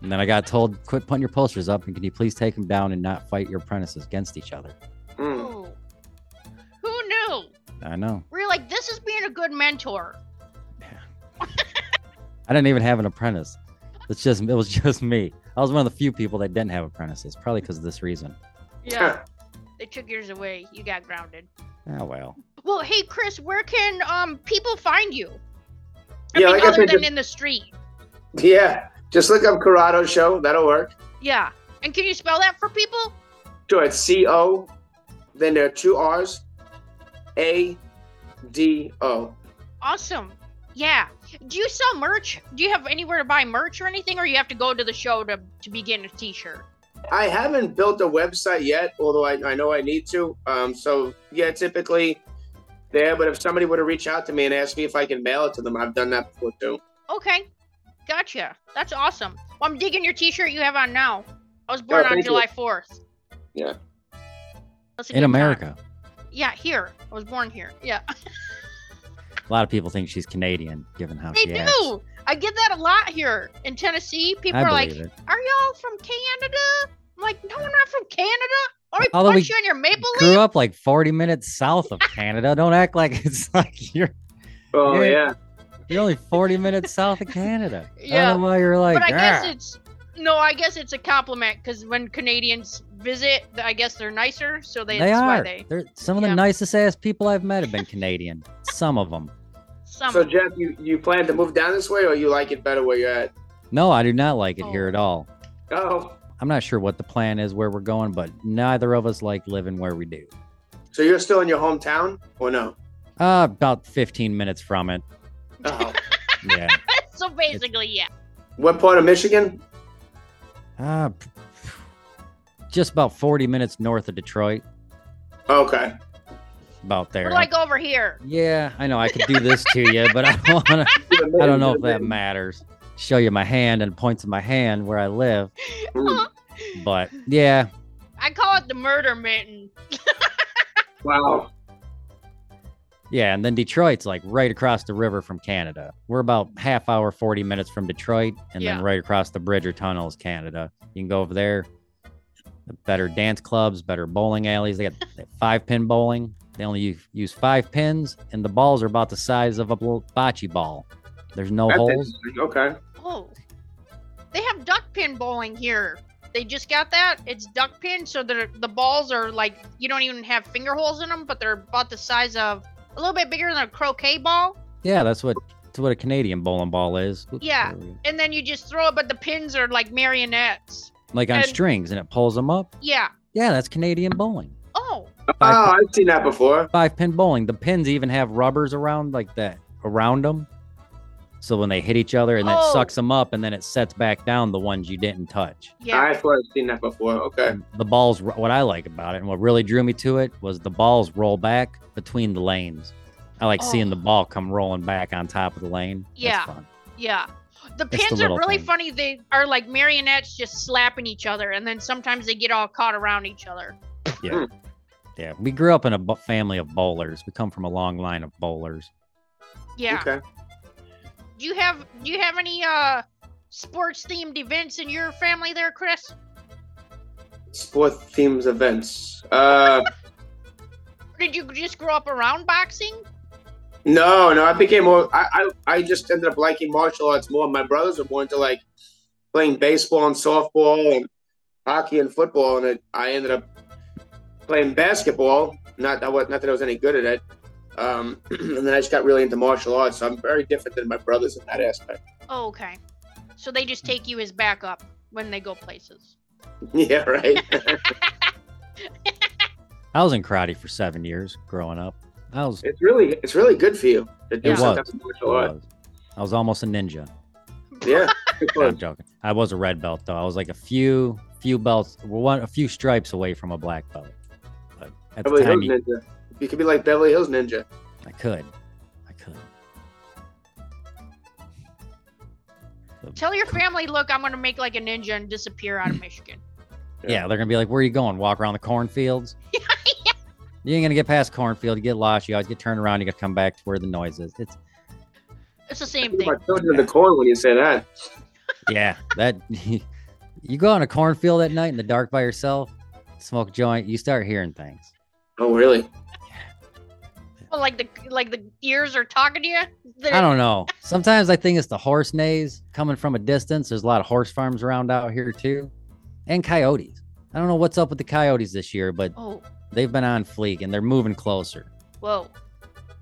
Speaker 1: And then I got told, "Quit putting your posters up, and can you please take them down and not fight your apprentices against each other?"
Speaker 4: Hmm.
Speaker 2: Ooh. Who knew?
Speaker 1: I know.
Speaker 2: We We're like, this is being a good mentor.
Speaker 1: I didn't even have an apprentice. It's just it was just me. I was one of the few people that didn't have apprentices, probably because of this reason.
Speaker 2: Yeah. they took yours away. You got grounded.
Speaker 1: Oh well.
Speaker 2: Well, hey, Chris, where can um people find you? I
Speaker 4: Yeah,
Speaker 2: mean,
Speaker 4: like I
Speaker 2: other
Speaker 4: said,
Speaker 2: than
Speaker 4: just-
Speaker 2: in the street.
Speaker 4: Yeah. Just look up Corrado Show. That'll work.
Speaker 2: Yeah. And can you spell that for people?
Speaker 4: Sure. It's C O. Then there are two R's. A D O.
Speaker 2: Awesome. Yeah. Do you sell merch? Do you have anywhere to buy merch or anything, or you have to go to the show to to begin a T-shirt?
Speaker 4: I haven't built a website yet, although I, I know I need to. Um, so yeah, typically there. But if somebody were to reach out to me and ask me if I can mail it to them, I've done that before too.
Speaker 2: Okay. Gotcha. That's awesome. Well, I'm digging your T-shirt you have on now. I was born
Speaker 4: Yeah,
Speaker 2: on
Speaker 4: thank you.
Speaker 2: July 4th.
Speaker 4: Yeah.
Speaker 2: That's a good
Speaker 1: In
Speaker 2: time.
Speaker 1: America,
Speaker 2: Yeah, here. I was born here. Yeah.
Speaker 1: a lot of people think she's Canadian, given how
Speaker 2: They
Speaker 1: she
Speaker 2: do.
Speaker 1: acts.
Speaker 2: I get that a lot here in Tennessee. People
Speaker 1: I
Speaker 2: are like,
Speaker 1: believe it.
Speaker 2: "Are y'all from Canada?" I'm like, "No, we're not from Canada. Let me
Speaker 1: Although
Speaker 2: punch
Speaker 1: we
Speaker 2: you in your maple leaf."
Speaker 1: Grew up like 40 minutes south of Canada. Don't act like it's like you're
Speaker 4: Oh
Speaker 1: Yeah.
Speaker 4: yeah.
Speaker 1: You're only 40 minutes south of Canada. I
Speaker 2: Yeah.
Speaker 1: don't know why you're like,
Speaker 2: but I guess
Speaker 1: "Grr."
Speaker 2: it's no. I guess it's a compliment because when Canadians visit, th- I guess they're nicer, so they,
Speaker 1: they
Speaker 2: that's why
Speaker 1: are.
Speaker 2: they
Speaker 1: They're, some of
Speaker 2: Yeah.
Speaker 1: the nicest ass people I've met have been Canadian. some of them.
Speaker 2: some.
Speaker 4: So Jeff, you, you plan to move down this way, or you like it better where you're at?
Speaker 1: No, I do not like it
Speaker 2: Oh.
Speaker 1: here at all.
Speaker 4: Oh,
Speaker 1: I'm not sure what the plan is, where we're going, but neither of us like living where we do.
Speaker 4: so you're still in your hometown, or no?
Speaker 1: Uh, about 15 minutes from it.
Speaker 4: Oh,
Speaker 1: Yeah.
Speaker 2: so basically, yeah.
Speaker 4: what part of Michigan?
Speaker 1: uh, p- just about 40 minutes north of Detroit,
Speaker 4: Okay.
Speaker 1: about there.
Speaker 2: We're like over here.
Speaker 1: yeah, I know I could do this to you, but I don't want to. I don't know if that matters. Show you my hand and point to my hand where I live.
Speaker 4: Mm,
Speaker 1: But yeah,
Speaker 2: Uh-huh. I call it the murder mitten.
Speaker 4: Wow.
Speaker 1: yeah, and then Detroit's like right across the river from Canada. We're about half hour, forty minutes from Detroit, and
Speaker 2: Yeah.
Speaker 1: then right across the bridge or tunnel is Canada. You can go over there. Better dance clubs, better bowling alleys. They got five pin bowling. They only use, use five pins, and the balls are about the size of a little bocce ball. There's no
Speaker 4: That's
Speaker 1: holes.
Speaker 4: interesting. Okay.
Speaker 2: Oh, they have duck pin bowling here. They just got that. It's duck pin, so the the balls are like you don't even have finger holes in them, but they're about the size of a little bit bigger than a croquet ball.
Speaker 1: Yeah, that's what that's what a Canadian bowling ball is. Oops,
Speaker 2: Yeah.
Speaker 1: there we go.
Speaker 2: And then you just throw it, but the pins are like marionettes.
Speaker 1: like on
Speaker 2: And-
Speaker 1: strings, and it pulls them up.
Speaker 2: Yeah.
Speaker 1: Yeah, that's Canadian bowling.
Speaker 2: Oh,
Speaker 4: Oh,
Speaker 1: Five pin-
Speaker 4: I've seen that before.
Speaker 1: five pin bowling. The pins even have rubbers around like that around them. So when they hit each other and that
Speaker 2: Oh.
Speaker 1: sucks them up and then it sets back down the ones you didn't touch.
Speaker 2: yeah.
Speaker 4: I thought I've seen that before. Okay.
Speaker 1: And The balls what I like about it and what really drew me to it was the balls roll back between the lanes. I like
Speaker 2: Oh.
Speaker 1: seeing the ball come rolling back on top of the lane. That's
Speaker 2: Yeah.
Speaker 1: fun.
Speaker 2: Yeah. The
Speaker 1: the
Speaker 2: pins are
Speaker 1: little
Speaker 2: really
Speaker 1: things.
Speaker 2: funny. They are like marionettes just slapping each other, and then sometimes they get all caught around each other.
Speaker 1: Yeah. We grew up in a bo- family of bowlers. We come from a long line of bowlers.
Speaker 2: Yeah.
Speaker 4: Okay.
Speaker 2: Do you have do you have any uh sports themed events in your family there, Chris?
Speaker 4: Sport themes events. Uh,
Speaker 2: Or did you just grow up around boxing?
Speaker 4: no, no. I became more. I, I I just ended up liking martial arts more. My brothers were more into like playing baseball and softball and hockey and football, and it, I ended up playing basketball. Not that was not that I was any good at it. Um, and then I just got really into martial arts. So I'm very different than my brothers in that aspect.
Speaker 2: Oh, okay. So they
Speaker 1: Hmm.
Speaker 2: just take you as backup when they go places.
Speaker 4: Yeah, right.
Speaker 1: I was in karate for seven years growing up. I was,
Speaker 4: it's really it's really good for you to do
Speaker 1: It was.
Speaker 4: some type of
Speaker 1: I
Speaker 4: martial arts.
Speaker 1: was, I was almost a ninja.
Speaker 4: Yeah. it was.
Speaker 1: I'm joking. I was a red belt though. I was like a few few belts, one a few stripes away from a black belt. But at the
Speaker 4: Beverly
Speaker 1: time,
Speaker 4: Hills
Speaker 1: you,
Speaker 4: Ninja. You could be like Beverly Hills Ninja.
Speaker 1: I could, I could.
Speaker 2: Tell your family, look, I'm gonna make like a ninja and disappear out
Speaker 1: Hmm.
Speaker 2: of Michigan.
Speaker 4: Yeah.
Speaker 1: Yeah, they're gonna be like, "Where are you going? Walk around the cornfields? You ain't gonna get past cornfield. You get lost. You always get turned around. You gotta come back to where the noise is." It's
Speaker 2: It's the
Speaker 4: I
Speaker 2: same
Speaker 4: think
Speaker 2: thing.
Speaker 4: about children in the corn when you say that.
Speaker 1: yeah, that you go on a cornfield at night in the dark by yourself, smoke a joint. You start hearing things.
Speaker 4: Oh, really?
Speaker 2: Well, like the like the ears are talking to you. They're-
Speaker 1: I don't know. Sometimes I think it's the horse neighs coming from a distance. There's a lot of horse farms around out here too, and coyotes. I don't know what's up with the coyotes this year, but
Speaker 2: Oh,
Speaker 1: they've been on fleek and they're moving closer.
Speaker 2: whoa.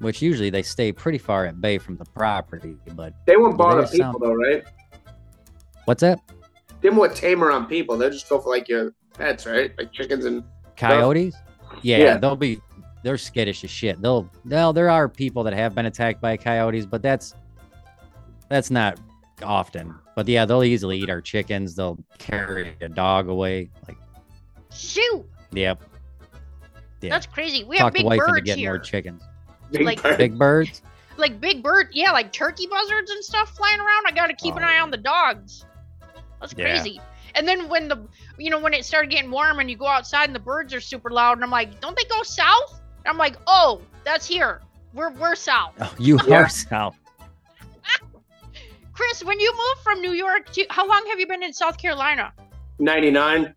Speaker 1: Which usually they stay pretty far at bay from the property. But
Speaker 4: They won't bother
Speaker 1: They
Speaker 4: people,
Speaker 1: sound-
Speaker 4: though, right?
Speaker 1: what's that?
Speaker 4: They're more tamer on people. They'll just go for like your pets, right? Like chickens and.
Speaker 1: Coyotes? Yeah,
Speaker 4: Yeah.
Speaker 1: they'll be. They're skittish as shit. They'll. Now there are people that have been attacked by coyotes, but that's that's not often. But yeah, they'll easily eat our chickens. They'll carry a dog away. Like
Speaker 2: Shoot.
Speaker 1: yep. Yeah.
Speaker 2: That's crazy. We have
Speaker 1: talk the
Speaker 2: big
Speaker 1: wife into
Speaker 2: birds
Speaker 1: getting more
Speaker 2: here.
Speaker 1: chickens.
Speaker 4: Big
Speaker 2: Like-
Speaker 4: bird.
Speaker 1: Big birds?
Speaker 2: like big bird, yeah, like turkey buzzards and stuff flying around. I gotta keep an
Speaker 1: Oh,
Speaker 2: eye
Speaker 1: yeah.
Speaker 2: on the dogs. That's
Speaker 1: Yeah.
Speaker 2: crazy. And then when the you know when it started getting warm and you go outside and the birds are super loud and I'm like, don't they go south? And I'm like, oh, that's here. We're we're south.
Speaker 1: Oh, you
Speaker 4: Yeah.
Speaker 1: are south.
Speaker 2: Chris, when you moved from New York, to, how long have you been in South Carolina?
Speaker 4: 99.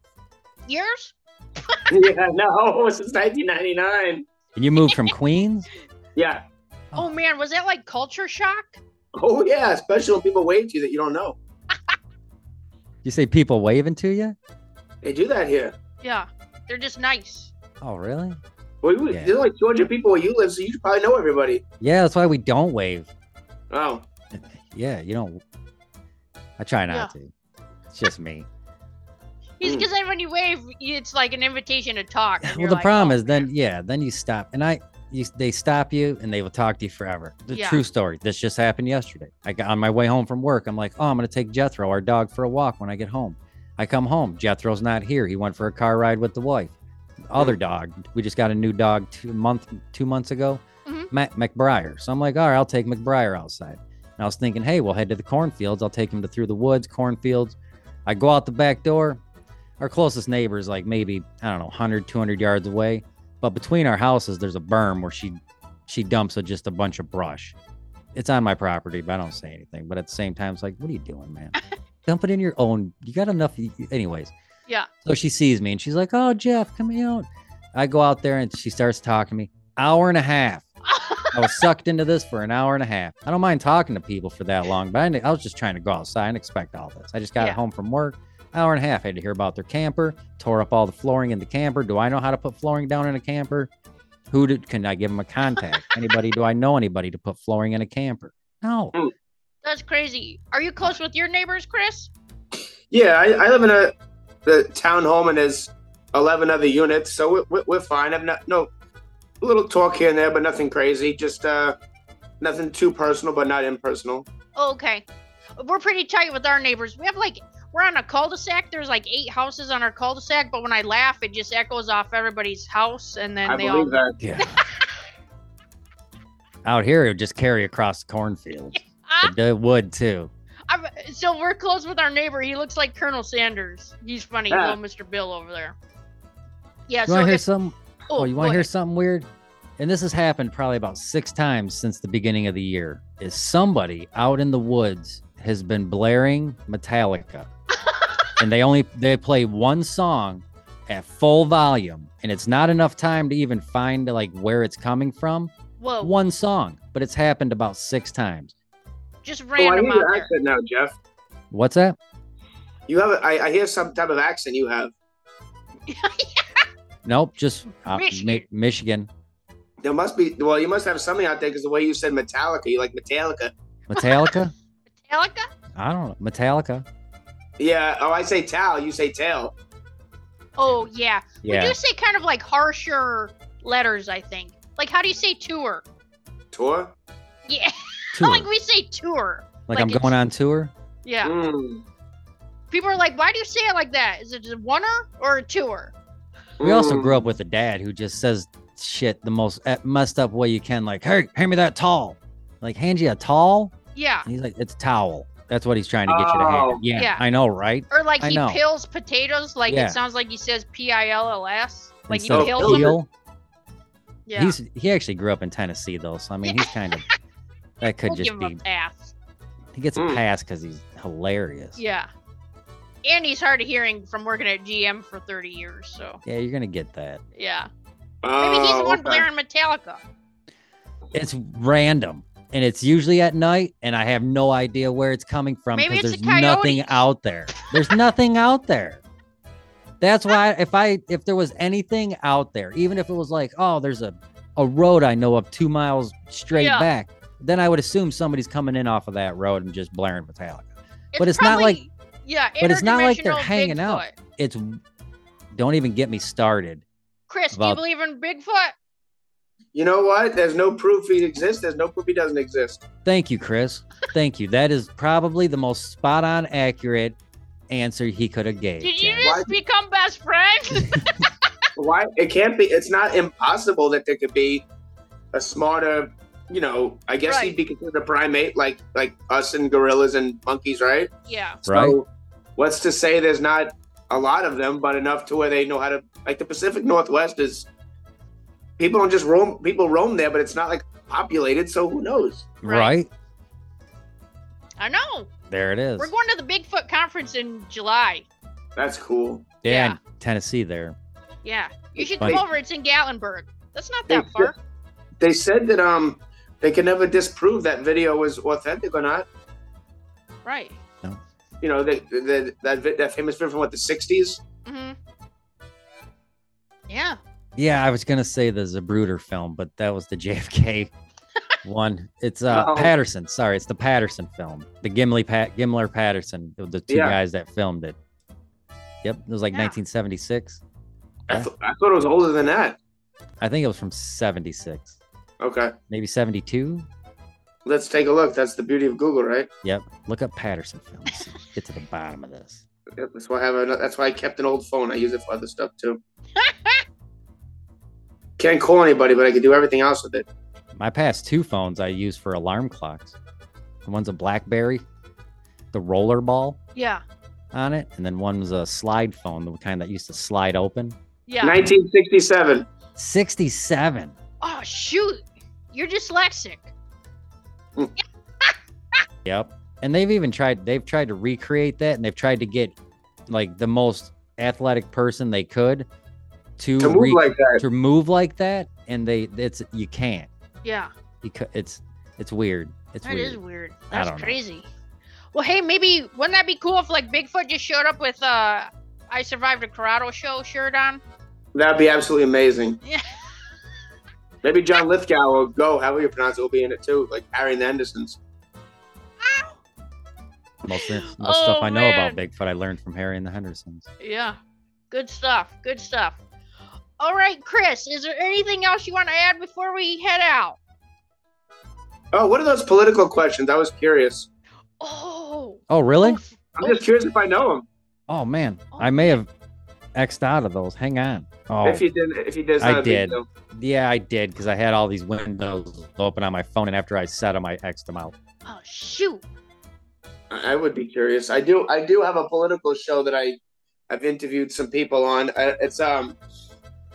Speaker 2: Years?
Speaker 4: yeah, no, since 1999.
Speaker 1: And you moved from Queens?
Speaker 4: Yeah.
Speaker 2: Oh man, was that like culture shock?
Speaker 4: Oh, yeah, especially when people wave to you that you don't know.
Speaker 1: You say people waving to you?
Speaker 4: They do that here.
Speaker 2: Yeah, they're just nice.
Speaker 1: Oh, really?
Speaker 4: We, we,
Speaker 1: Yeah.
Speaker 4: There's like 200 people where you live, so you probably know everybody.
Speaker 1: Yeah, that's why we don't wave.
Speaker 4: Oh,
Speaker 1: Yeah, you don't. I try not to. It's just me.
Speaker 2: He's
Speaker 4: Mm.
Speaker 2: because then when you wave, it's like an invitation to talk. and
Speaker 1: Hmm. well,
Speaker 2: you're
Speaker 1: the
Speaker 2: like,
Speaker 1: problem
Speaker 2: "Oh,
Speaker 1: is then, yeah, then you stop. And I, you, they stop you and they will talk to you forever. The
Speaker 2: Yeah.
Speaker 1: true story. This just happened yesterday. I got on my way home from work. I'm like, oh, I'm going to take Jethro, our dog, for a walk when I get home. I come home. Jethro's not here. He went for a car ride with the wife. Other dog. We just got a new dog two month two months ago,
Speaker 2: Mhm.
Speaker 1: Matt McBriar. So I'm like, all right, I'll take McBriar outside. And I was thinking, hey, we'll head to the cornfields. I'll take him to through the woods, cornfields. I go out the back door. Our closest neighbor is like maybe, I don't know, 100, 200 yards away. But between our houses, there's a berm where she she dumps a, just a bunch of brush. It's on my property, but I don't say anything. But at the same time, it's like, what are you doing, man? Dump it in your own. You got enough. Anyways.
Speaker 2: Yeah.
Speaker 1: So she sees me and she's like, oh, Jeff, come out. I go out there and she starts talking to me. Hour and a half. I was sucked into this for an hour and a half. I don't mind talking to people for that long, but I, kn- I was just trying to go outside and expect all this. I just got
Speaker 2: Yeah.
Speaker 1: home from work, hour and a half. I had to hear about their camper, tore up all the flooring in the camper. Do I know how to put flooring down in a camper? Who did, can I give them a contact? Anybody? Do I know anybody to put flooring in a camper? No.
Speaker 2: That's crazy. Are you close with your neighbors, Chris?
Speaker 4: yeah, I, I live in a the town home and there's 11 other units, so we're, we're, we're fine. I'm not, no, a little talk here and there, but nothing crazy. Just uh, nothing too personal, but not impersonal.
Speaker 2: Oh, okay. We're pretty tight with our neighbors. We have like we're on a cul-de-sac. There's like eight houses on our cul-de-sac, but when I laugh, it just echoes off everybody's house, and then
Speaker 4: I
Speaker 2: they
Speaker 4: believe
Speaker 2: all
Speaker 4: that.
Speaker 1: Yeah. Out here, it would just carry across the cornfield. It, it would too.
Speaker 2: Ah, I'm, so we're close with our neighbor. He looks like Colonel Sanders. He's funny,
Speaker 4: Yeah.
Speaker 2: little Mr. Bill over there. Yeah.
Speaker 1: You
Speaker 2: so
Speaker 1: want to hear
Speaker 2: if-
Speaker 1: some? Oh, you
Speaker 2: go
Speaker 1: want to hear
Speaker 2: ahead.
Speaker 1: something weird? And this has happened probably about six times since the beginning of the year. Is somebody out in the woods has been blaring Metallica, and they only they play one song at full volume, and it's not enough time to even find like where it's coming from.
Speaker 2: Whoa!
Speaker 1: One song, but it's happened about six times.
Speaker 2: Just
Speaker 4: Oh, I hear
Speaker 2: random out
Speaker 4: your
Speaker 2: there.
Speaker 4: accent now, Jeff.
Speaker 1: What's that?
Speaker 4: You have. A, I, I hear some type of accent you have.
Speaker 1: Nope, just uh,
Speaker 2: Michigan.
Speaker 1: Mi- Michigan
Speaker 4: There must be. Well, you must have something out there because the way you said Metallica, you like Metallica.
Speaker 1: Metallica.
Speaker 2: Metallica?
Speaker 1: I don't know Metallica.
Speaker 4: Yeah. Oh, I say Tal. You say Tail.
Speaker 2: Oh yeah. We
Speaker 1: Yeah,
Speaker 2: do say kind of like harsher letters, I think. Like how do you say tour?
Speaker 4: Tour.
Speaker 2: Yeah.
Speaker 1: tour.
Speaker 2: like we say tour.
Speaker 1: like
Speaker 2: like
Speaker 1: I'm
Speaker 2: it's-
Speaker 1: going on tour.
Speaker 2: Yeah.
Speaker 4: Mm.
Speaker 2: People are like, why do you say it like that? Is it a oneer or a tour?
Speaker 1: We also
Speaker 4: Mm.
Speaker 1: grew up with a dad who just says shit the most eh, messed up way you can. Like, hey, hand me that towel. Like, hand you a towel?
Speaker 2: Yeah.
Speaker 1: And he's like, it's towel. That's what he's trying to get you to
Speaker 4: Oh,
Speaker 1: hand. Yeah,
Speaker 2: yeah.
Speaker 1: I know, right?
Speaker 2: Or like
Speaker 1: I
Speaker 2: he
Speaker 1: know.
Speaker 2: pills potatoes. Like
Speaker 1: Yeah.
Speaker 2: it sounds like he says P I L L S. Like he
Speaker 1: Instead of
Speaker 2: pills them.
Speaker 1: peel.
Speaker 2: Yeah.
Speaker 1: He's he actually grew up in Tennessee though, so I mean, he's kind of that could
Speaker 2: we'll
Speaker 1: just
Speaker 2: give
Speaker 1: be
Speaker 2: him a pass.
Speaker 1: he gets a
Speaker 4: Mm.
Speaker 1: pass because he's hilarious.
Speaker 2: Yeah. And he's hard of hearing from working at GM for 30 years. So
Speaker 1: Yeah, you're gonna get that.
Speaker 2: yeah. Maybe he's
Speaker 4: Oh,
Speaker 2: the one
Speaker 4: okay.
Speaker 2: blaring Metallica.
Speaker 1: It's random, and it's usually at night, and I have no idea where it's coming from
Speaker 2: Maybe
Speaker 1: because
Speaker 2: it's
Speaker 1: there's
Speaker 2: the
Speaker 1: nothing
Speaker 2: coyotes.
Speaker 1: out there. There's nothing out there. That's why if I if there was anything out there, even if it was like, oh, there's a a road I know of two miles straight
Speaker 2: Yeah.
Speaker 1: back, then I would assume somebody's coming in off of that road and just blaring Metallica. But it's not
Speaker 2: probably,
Speaker 1: like-
Speaker 2: yeah,
Speaker 1: but it's not like they're
Speaker 2: interdimensional
Speaker 1: hanging out.
Speaker 2: Bigfoot.
Speaker 1: It's don't even get me started.
Speaker 2: Chris,
Speaker 1: About-
Speaker 2: do you believe in Bigfoot?
Speaker 4: You know what? There's no proof he exists. There's no proof he doesn't exist.
Speaker 1: Thank you, Chris. Thank you. That is probably the most spot on accurate answer he could have gave.
Speaker 2: Did you
Speaker 1: Jack.
Speaker 2: just become best friends?
Speaker 4: Why? It can't be. It's not impossible that there could be a smarter. You know, I guess
Speaker 2: Right.
Speaker 4: he'd be considered a primate, like like us and gorillas and monkeys, right?
Speaker 2: yeah.
Speaker 1: Right.
Speaker 4: So what's to say there's not a lot of them, but enough to where they know how to like the Pacific Northwest is people don't just roam people roam there, but it's not like populated, so who knows?
Speaker 2: Right.
Speaker 1: right?
Speaker 2: I know.
Speaker 1: There it is.
Speaker 2: We're going to the Bigfoot conference in July.
Speaker 4: That's cool.
Speaker 1: yeah,
Speaker 2: Yeah.
Speaker 1: in Tennessee there.
Speaker 2: Yeah. You should
Speaker 1: Funny.
Speaker 2: come over. It's in Gatlinburg. That's not
Speaker 4: They
Speaker 2: that far.
Speaker 4: They said that um they could never disprove that video was authentic or not.
Speaker 2: Right.
Speaker 4: You know, that that that, vi- that famous video from what the '60s.
Speaker 2: hmm Yeah.
Speaker 1: Yeah, I was gonna say the Zabruder film, but that was the JFK one. It's uh
Speaker 4: Oh.
Speaker 1: Patterson. Sorry, it's the Patterson film. The Gimli Pat Gimler Patterson, the two
Speaker 4: Yeah.
Speaker 1: guys that filmed it. Yep, it was like
Speaker 2: Yeah.
Speaker 1: 1976.
Speaker 4: I, th- I thought it was older than that.
Speaker 1: I think it was from 76,
Speaker 4: Okay,
Speaker 1: maybe 72.
Speaker 4: let's take a look. That's the beauty of Google, right?
Speaker 1: Yep, look up Patterson films. Get to the bottom of this.
Speaker 4: That's why I have. A, that's why I kept an old phone. I use it for other stuff too. Can't call anybody, but I can do everything else with it.
Speaker 1: My past two phones I use for alarm clocks. One's a BlackBerry, the roller ball.
Speaker 2: Yeah.
Speaker 1: on it, and then one was a slide phone, the kind that used to slide open.
Speaker 2: Yeah.
Speaker 4: 1967.
Speaker 1: Sixty-seven.
Speaker 2: Oh, shoot. You're dyslexic.
Speaker 1: Yep. And they've even tried. They've tried to recreate that, and they've tried to get like the most athletic person they could to
Speaker 4: To move
Speaker 1: re-
Speaker 4: like that.
Speaker 1: to move like that, and they it's you can't.
Speaker 2: Yeah.
Speaker 1: You cou- it's it's weird. It's
Speaker 2: That
Speaker 1: weird.
Speaker 2: is weird.
Speaker 1: I
Speaker 2: That's
Speaker 1: don't know.
Speaker 2: crazy. Well, hey, maybe wouldn't that be cool if like Bigfoot just showed up with uh I survived a Corrado show shirt on?
Speaker 4: That'd be absolutely amazing.
Speaker 2: Yeah.
Speaker 4: Maybe John Lithgow or Go, however you pronounce it, will be in it too, like Harry and the Andersons.
Speaker 1: Most, of the- most
Speaker 2: Oh,
Speaker 1: stuff I know about
Speaker 2: man.
Speaker 1: Bigfoot I learned from Harry and the Hendersons.
Speaker 2: Yeah. Good stuff. Good stuff. All right, Chris, is there anything else you want to add before we head out?
Speaker 4: Oh, what are those political questions? I was curious.
Speaker 2: Oh.
Speaker 1: Oh really?
Speaker 2: oh,
Speaker 4: I'm just curious if I know them.
Speaker 1: Oh man,
Speaker 2: Oh,
Speaker 1: I may have xed out of those. Hang on. Oh,
Speaker 4: If you didn't, if you did, it's
Speaker 1: I
Speaker 4: not a
Speaker 1: did.
Speaker 4: big deal.
Speaker 1: yeah, I did because I had all these windows open on my phone, and after I set them, I xed them out.
Speaker 2: Oh shoot.
Speaker 4: I I would be curious. I do. I do have a political show that I, I've interviewed some people on. I, it's um,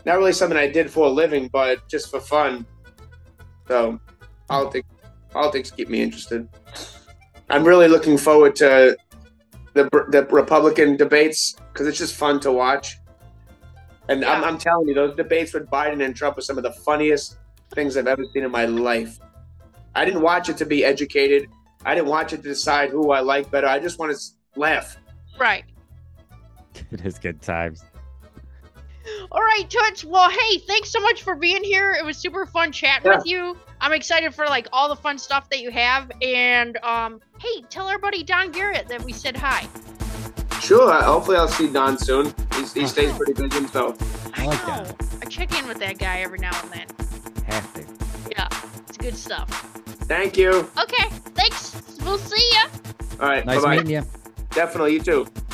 Speaker 4: not really something I did for a living, but just for fun. So, politics, politics keep me interested. I'm really looking forward to the the Republican debates because it's just fun to watch. And I'm,
Speaker 3: Yeah.
Speaker 4: I'm telling you, those debates with Biden and Trump are some of the funniest things I've ever seen in my life. I didn't watch it to be educated. I didn't watch it to decide who I like better. I just want to s- laugh.
Speaker 3: Right.
Speaker 1: It is good times.
Speaker 2: All right, Toots. Well, hey, thanks so much for being here. It was super fun chatting
Speaker 4: Yeah.
Speaker 2: with you. I'm excited for like all the fun stuff that you have. And um, hey, tell our buddy Don Garrett that we said hi.
Speaker 4: Sure. Hopefully, I'll see Don soon. He's, he stays pretty busy himself.
Speaker 1: I like that.
Speaker 2: I check in with that guy every now and then.
Speaker 1: Have to.
Speaker 2: It's good stuff.
Speaker 4: Thank you.
Speaker 2: Okay, thanks. We'll see ya.
Speaker 4: All right.
Speaker 1: Nice
Speaker 4: bye bye.
Speaker 1: meeting you.
Speaker 4: Definitely. You too.